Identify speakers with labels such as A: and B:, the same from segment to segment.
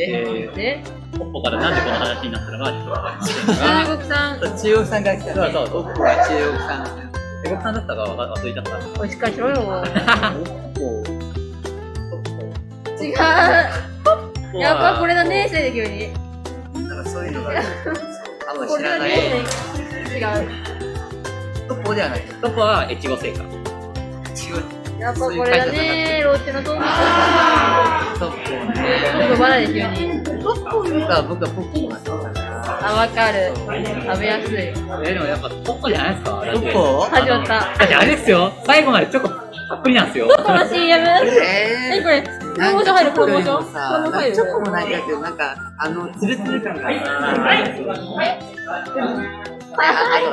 A: え
B: で、
A: ー、ポッポからなんでこの話になったのかちょっとわかりません
B: 中国さん、
C: 中国さんから来た
A: が、
C: ね。
A: そうそう、ポッポが
C: 中国さん。
A: 中国産だったかわか忘れちゃった。
B: おしかしろよ。
A: ポッポ。
B: 違う。やっぱこれだね、せいで急に。
C: なんかそういうのがある。あんま
B: こ
C: 知
B: れ
C: ら
B: だ
C: ない。
B: ね、違う。
C: トッポではない。
A: ポッポは越後製菓。
C: 中国
B: やっぱこれだね、ロッチのトンボ。
C: ト
B: ト
C: ッポ
B: ンボバラで急に。
C: トッポよりか僕はポッポが好きだな。
B: あ、わかる。
C: そう
B: 食べやすい。
A: えー、でもやっぱポッポじゃないですか
C: トッポ
B: 始まった。
A: だってあれですよ、最後までチョコたっぷりなんですよ。
B: この CM。え、
C: え
B: これ、プ
C: ー、
B: ロモーション入る、プロモーション。プロモーション入る。
C: チョコもないんだけど、なんか、あの、つるつる感がある。ああとは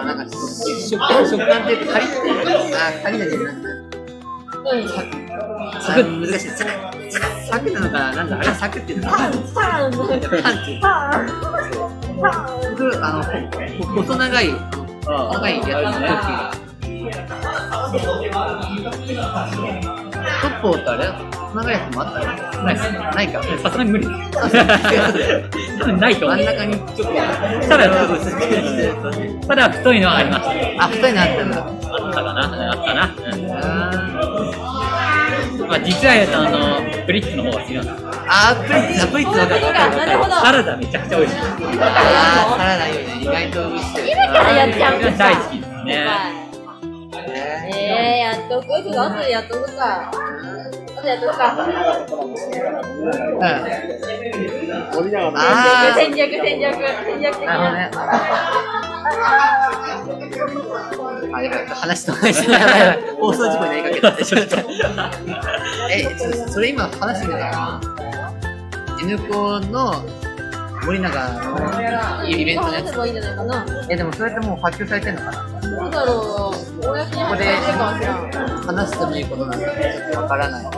C: なんか、食感、食感ってカリッて、あ、カリッだけど、なんか、
B: うん。
C: さ難しい。サク、サク、サクなのかななんだ、あれサクっていうのか
B: パ
C: な
B: ーン
C: パンチ。そうあの、ほ細長い、長いやつ
A: あ
C: の時。トッポーってあれ細長いやつもあった
A: ないっす
C: ないか。
A: さすがに 無理。多分ないと
C: 真
A: 思
C: ん
A: う。
C: 中にちょっと。
A: ただ、ただ太いのはありました。
C: あ、二人になったんだ。
A: あったかなあったな。うん
C: あ
A: まあ、実は言うと、あの、プリッツの方が好きなんですよ
C: ーあー、プリッツ、あプリッツわかるわかるわ
B: な
C: か
B: る
C: る。
B: ほど。
A: サラダめちゃくちゃ美味しい。
C: あー、サラダより意外と美味しい。
B: 今からやっちゃうんですか
A: 大好きですね。
C: ね
B: えー、やっとく。ちょっと後でやっとくか。後でやっとくか。
C: うん。あー
B: 戦略、戦略、戦略的な。
C: あ、よかった。話と話がやばいやばい放送事故になりかけたって、ちょっと。え、ちょっとそれ今話してたかな ?N 校の森永のイベントのや
B: で
C: つ。
B: もいいんじゃないかな。
C: え、でもそれってもう発表されてんのかな
B: どうだろう。公に入ってるかもしれん。
C: 話してもいいことなんだけど、ちょっとわからない。じゃ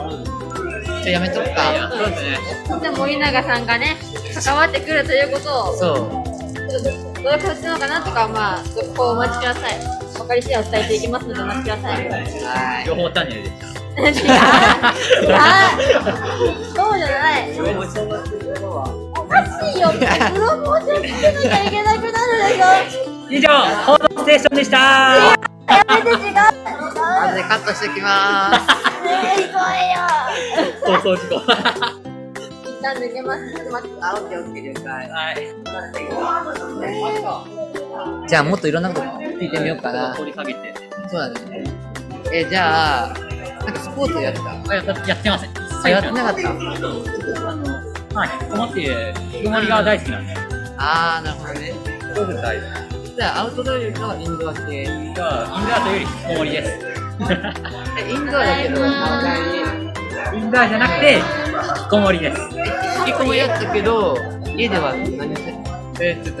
C: あやめとくか。
A: そうですね。
B: でも森永さんがね、関わってくるということを、
C: そう。
B: どういう形なのかなとか、まあ、続報お待ちください。分かり次第お伝えしていきますので、お待ちくだ さい。違う違う
C: はい。
A: 情報チャンネルでした。
B: そうじゃない。
C: 情報収穫するのは
B: おかしいよ。プロモーションつけなきゃいけなくなるでしょ。
A: 以上、報道ステーションでした
B: やめて違う。ね
C: 後でカットしてきま ーす。
B: え、行こうよ。
A: 放送事故。は
B: 一旦抜けます。ちょっと待って。
C: あ、オッケーオッケー、了解。
A: い。
C: じゃあもっといろんなこと聞いてみようかな。
A: 掘り下げて。
C: そうだね。え、じゃあ、なんかスポーツやってた
A: あややってません。
C: あ、やってなかった
A: まあ、引きこもっていう、引きこもりが大好きなんで。
C: あー、なるほどね。
A: すごく大好き。
C: じゃあ、アウトドアよりかはインドア系。え、イ
A: じゃあ、インダーというより引きこもりです。
C: ンドアだけど、反対に。
A: インダーじゃなくて、引きこもりです。
C: 引きこもりやったけど、家では何してんのえー、ちょっ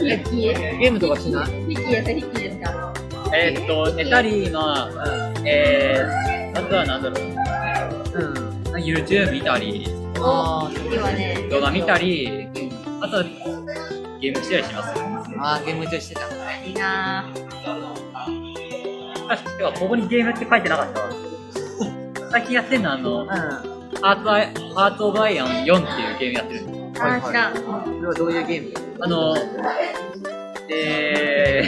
B: ヒエ、ヒエ。
C: と、ゲームとかしない
B: ヒエ、ヒエですか。
A: えーっと、寝たり、まあ、えー、あとはなんだろう。
C: うん。うん。
A: YouTube 見たり、
B: お、次はね。
A: 動画見たり、あと、ゲームしたりします。
C: あー、ゲーム中してた。
B: いいなぁ。
A: 確かここにゲームって書いてなかったわ。最近やってんのはあの、
C: う
A: ハートアイ、ハートオブアイアン4っていうゲームやってるんです。
B: あー、知らん。
C: ん。それはどういうゲーム
A: あの、え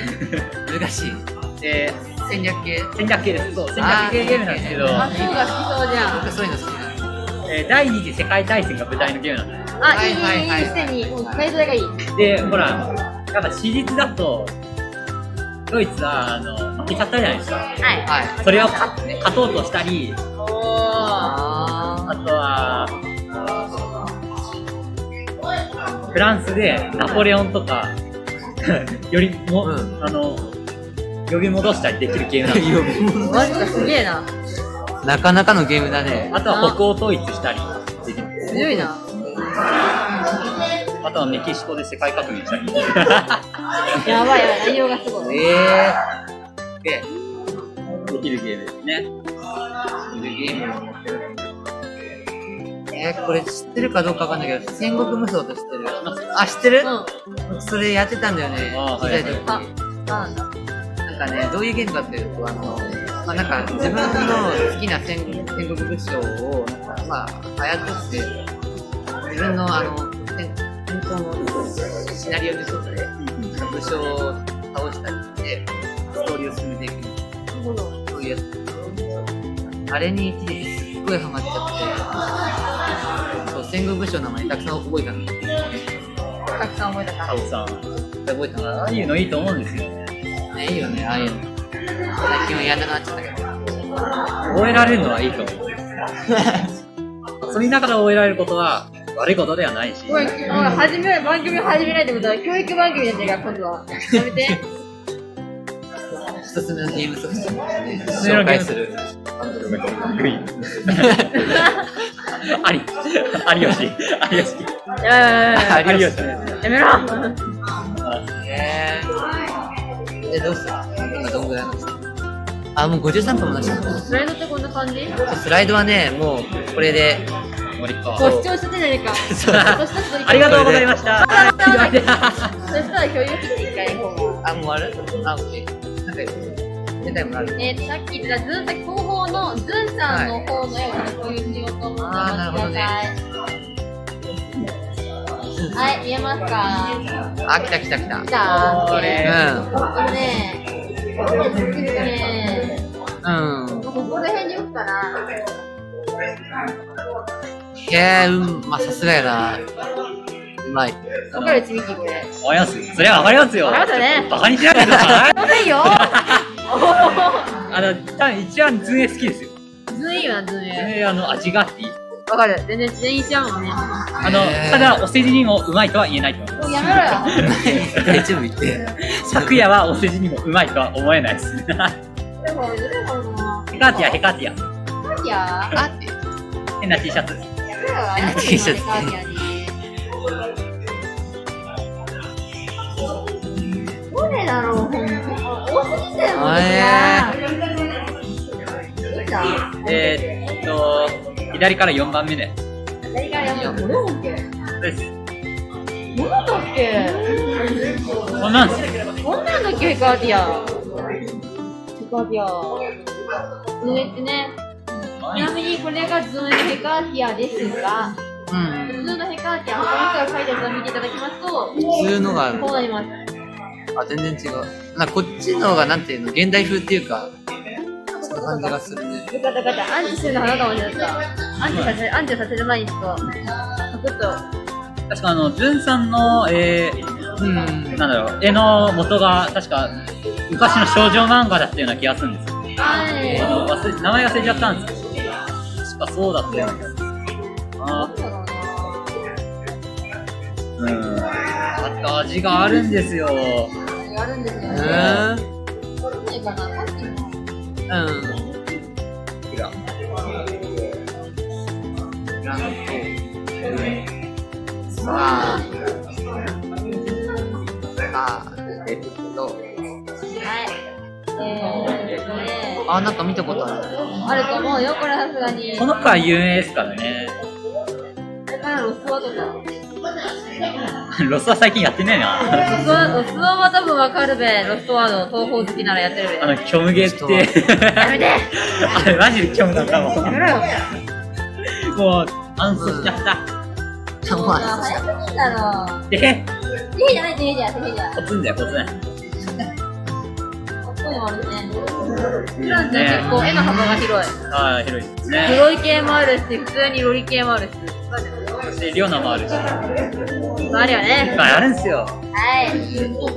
C: 難しい。
A: ー、えー、
C: 戦略系
A: 戦略系です。そう、戦略系ゲームなんですけど、
B: あ、そうが好きそうじゃん。
C: 僕そういうの好きなの。
A: えー第二次世界大戦が舞台のゲームなんで
B: あ、
C: はいい
B: い、
C: はいはい
B: いい、すでに、もうタイトルがいい。
A: す。で、ほら、やっぱ史実だと、ドイツは、あの、負けちゃったじゃないですか。
B: はい。
C: はい。
A: それを勝って勝とうとしたり、
B: お
A: あ
C: あ
A: とは、フランスでナポレオンとか、 よりも、
C: うん
A: あの、呼び戻したりできるゲームなん
B: ー。マジ
A: ですよ。
B: か、すげえな。
C: なかなかのゲームだね。
A: あとは北欧統一したりできる。
B: 強いな。
A: あとはメキシコで世界革命したり。
B: やばいやばい、内容がすごい。
C: ええー。で、
A: できるゲームですね。
C: ゲームを持ってる。えー、これ知ってるかどうかわかんないけど、戦国無双って知ってる
A: 知ってます
C: あ、知ってる
B: うん。、あ
C: それやってたんだよね。
A: あー
C: 小さい時
A: はい
B: はいなんだ。
C: なんかね、どういうゲームかっていうと、あの、まあ、なんか自分の好きな戦戦国武将を、なんかまあ、操って、分のあのね本当のシナリオに沿って武将を倒したりしてストーリーを進めていくそういうやつあれに一時期すっごいハマっちゃってそう戦国武将の名前たくさん覚えたの
B: たくさん覚えたから
A: カ。ブさん、
C: 覚えたの
A: ああいうのいいと思うんですよね。
C: ねいいよねああいうの最近はやらなくなっちゃったけど
A: 覚えられるのはいいと思う。遊びながら覚えられることは悪いことではないし、
B: おい、おい、始めない、番組始めないってことは、教育番組になってるから、今度は。やめて。
C: おすすめのゲームソフトをね
A: すめの
C: 紹
A: ゲー
C: 介
A: ム
C: する
D: グリーン。
A: あり、有吉、有吉、
B: やばいやばいやばい
C: あり
A: 有
C: が
A: 吉
C: とう
A: です。
B: やめ ろ。
C: ええどうする今どんぐらいなんですかあもう53分もなっちゃった
B: スライドってこんな感じ。
C: スライドはね、もうこれで
A: 森っ子
B: ご視聴してたじゃねえか。
C: そう
B: ご視聴してたじゃねえか
A: ありがとうございました。
B: そしたら共有切って一回行こ
C: あ、もう終わるあ、オッケー。なんか、出たいものあ
B: う。
C: る
B: えー、さっき言ってたズンさん後方のズンさんの方の絵を共有しようと思ってます。
C: あーなるほどね
B: はい、見えますか。
C: あ、来た来た来た。う
B: 来た。
A: これ
C: ん。
B: これね。ね
C: うん。
B: ここら辺に置くかな。
C: へえ、うん。まあ、さすがやな。うまい。
B: わかるうちみきこれ。
A: わかります。それはわかりますよ。
B: わかりますよね
A: バカにしないでください。
B: わかんない よ。
A: あの、多分一番ズンエ好きですよ。
B: ズンいいわ、ズン
A: ズンエあの味があっていい。
B: わかる。全然、全員一緒やも んね。
A: あの、ただお世辞にもうまいとは言えないと思いま
B: もうやめろよ。
C: 大丈夫言って。
A: す。昨夜はお世辞にもうまいとは思えないです。
B: でも、でも、
A: ヘカティア、ヘカティア。
B: いや、
C: あって。
A: 変な T シャツ。
B: T シャツ。どれだろう、ほん多すぎてもんいいじゃん。
A: えーっと、左から4番目で。
B: 左からやるの、どれだっけ
A: です。
B: どれだっけ
A: こんなんですよ。
B: こんなんだっけ、ヒカーディア。ヒカーディア。ズンエってね、ちなみにこれがズンエのヘカーディアですが、
C: うん。
B: 普通のヘカーディア、他の人が書いてるのを見ていただきますと、
C: 普通のがある
B: こうなります。
C: あ、全然違う。なんかこっちの方が、なんていうの、現代風っていうか、そんな感じがするね。
B: よかったよかった。アンチするの花かもしれない。アンチさせる、アンチさせる前にちょっと、サクッと。
A: 確かあの、ジュンさんの、えー、
C: うん。
A: なんだろう、絵の元が確か昔の少女漫画だったような気がするんですよ。あ
B: は
A: の忘れ名前忘れちゃったんですけど、確かそうだったような気がする。あーうん。あと味があるんですよ。
B: い。やるんですよ
C: う
B: ね。
C: ん。
B: これいいかな。さっきの
C: うん。グラント。さあ。あー、えっと。
B: はい。えーっとね、
C: あ、なんか見たことある。
B: あると思うよ、これさすがに。
A: この子は有名ですからね。
B: だからロスワとか。
A: ロスは最近やってねえな。
B: ロスワ、ロスワは多分わかるべ。ロスワの東方好きならやってるべ。
A: あの、虚無ゲーって。
B: やめて
A: あれマジで虚無なんだ も
B: やめ
A: ん。
B: ろよ。
A: もう、暗殺しちゃった。
C: た
B: もう
C: ま
B: 早すぎんだろ。
A: え
B: てへじゃない、てへじゃ、てへじゃ。
A: こつんだよ、こつんだ
B: か
A: よ。
B: っこいいもあるね。
A: う
B: フラン
A: ん
B: ちゃん結構絵の幅が広い。
A: はい、広いですね。
B: 黒い系もあるし、普通にロリ系もあるし。
A: で、リオナもあるし。いっ
B: あるよね。
A: ぱいあるんですよ。
B: はい。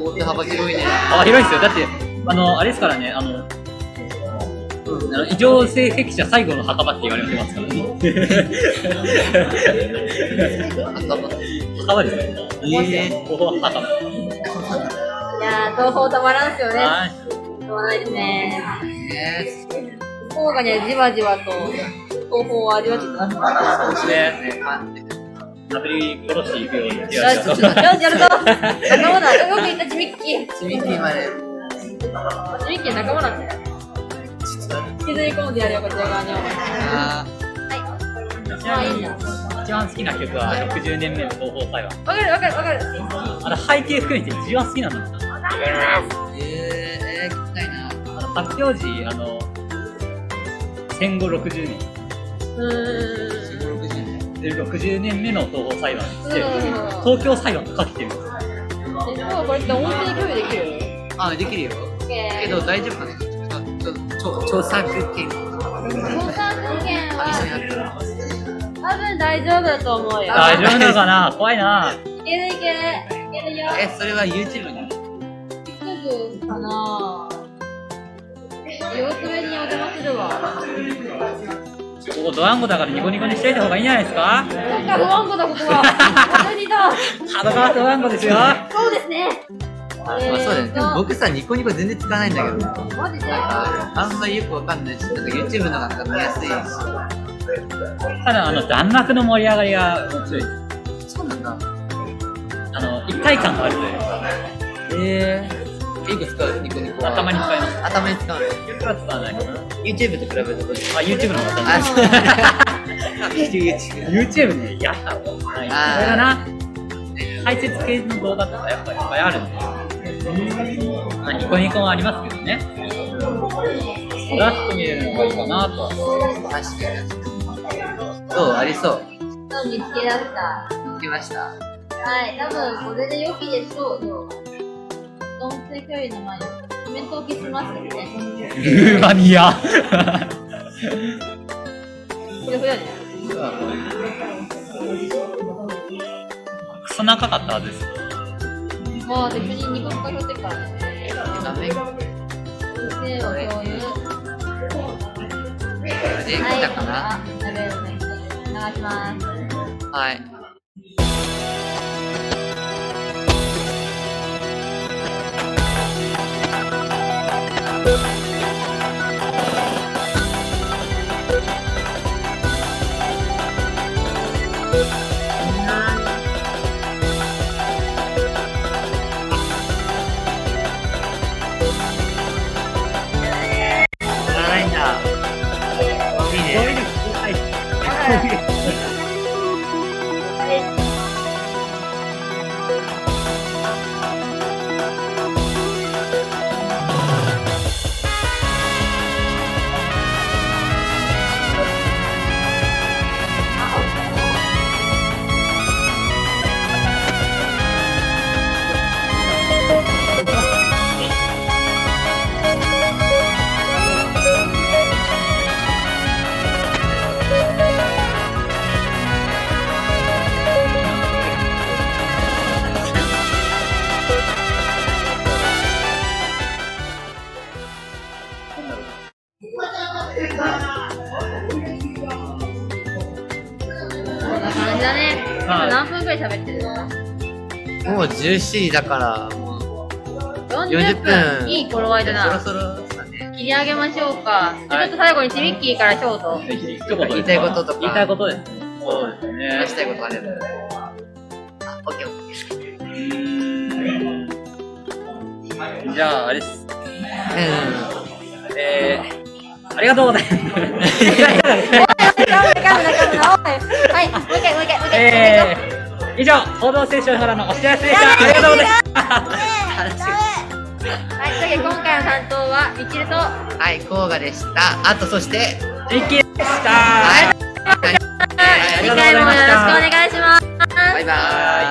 C: 大手幅広いね。
A: あ、広いですよ。だって、あの、あれですからね、あの、あの異常性癖者最後の墓場って言われてますからね。墓
C: 赤も。
A: 場ですね。
C: ええ。
A: ここは墓場。
B: いやー、東宝たまらんっすよね。
A: はい。
B: しょうがないですね。
C: ね
B: 福岡にはじわじわと、東宝を味わってきます。よ
A: そして、
C: ねパンって
A: 殴り殺していくように。
B: し、よし、やるぞ仲間だよく言った、ちみっきち
C: ちみきまで。
B: みっきは仲間なんだよ。引きずり込んでやるよ、こちら側には。
C: あ
A: ちなみに、一番好きな曲は60年目の東宝裁判。
B: わかるわかるわかる。
A: あの、背景含めて一番好きなの。
C: ーえー、えー、聞きたいな。
A: あの、発表時、あの、戦後60年。
B: うーん。
C: 160年。
A: 60年目の東宝裁判にして、
B: うん
A: 東京裁判とかけてるんですよ
B: えそうこれって音声共有できる
C: あ、できるよ。けど大丈夫かなちょちょ著作権
B: 共産権
C: あ一緒にな
B: は
C: ってる。
B: 多分大丈夫だと思うよ
C: あ
A: 大丈夫なのかな 怖いない
B: けるいけるいけるよ
C: え、それは YouTube に
B: すぐかな様子見にお邪魔するわ
A: ここドワンゴだからニコニコにしていた方がいいんじゃないですか
B: なんか不安だここは当たりだ
A: 角川ドワンゴですよ
B: そうですね
C: まあそうだよね。でも僕さ、ニコニコ全然使わないんだけど。
B: マジで
C: あんまりよくわかんないし、なんか YouTube の方がなんか見やすいした
A: だあの弾幕の盛り上がりが面白いです。
C: そうなんだ。
A: あの一体感があるというか
C: えー。よく使うニコニコは。
A: 頭に使います
C: 頭に使うの
A: 僕は使わないかな
C: YouTube と比べるとどうです
A: あ YouTube の方
C: あ、
A: が
C: そうなんだ。YouTube。
A: YouTube ねやったことないそれ
C: あー
A: がな解説系の動画とかやっぱいっぱいあるんで、まあ、ニコニコもありますけどねフラッと見れるのがいいかなとは
C: 確かに。どうありそ
B: そう
C: う。
B: 見つけ出した
C: 見つけました。
B: はい、多分これで良きでしょう。どう音声共有の前にコメントを消しますね。
A: ルーマニア
B: これこれね。
A: クソ長かったはずです
B: もう別にニコニコ表ってからね。
C: 画面が
B: 音声を共有。
C: でき
B: はい、
C: たかな
B: なるほどね。流します。
C: はい。知らないんだ。いいね。
B: こんな感じだね。
A: はい
B: 何分くらい喋ってるの
C: もう17時だから、もう
B: ?40
C: 40
B: 分。いい頃合いだな。
C: そろそろだね。
B: 切り上げましょうか。じゃあちょっと最後にチミッキーから一言。
A: 一言です
C: 言いたいこととか
A: 言いたいことですね
C: そう
A: です
C: 話したいことあれば。あ、オッケーオッケ
A: じゃああれです
C: ー。うん。
A: えー、ありがとうございます
B: はい、もう一回、もう一回、もう一回。
A: えー、以上報道ステーションからのお知らせでしたありがとうございます
B: はい、というわけで今回の担当はみちると
C: はい、こうがでした。あと、そして、
A: ミッキーでした
C: はい、
B: 次回もよろしくお願いします。
C: バイバーイ。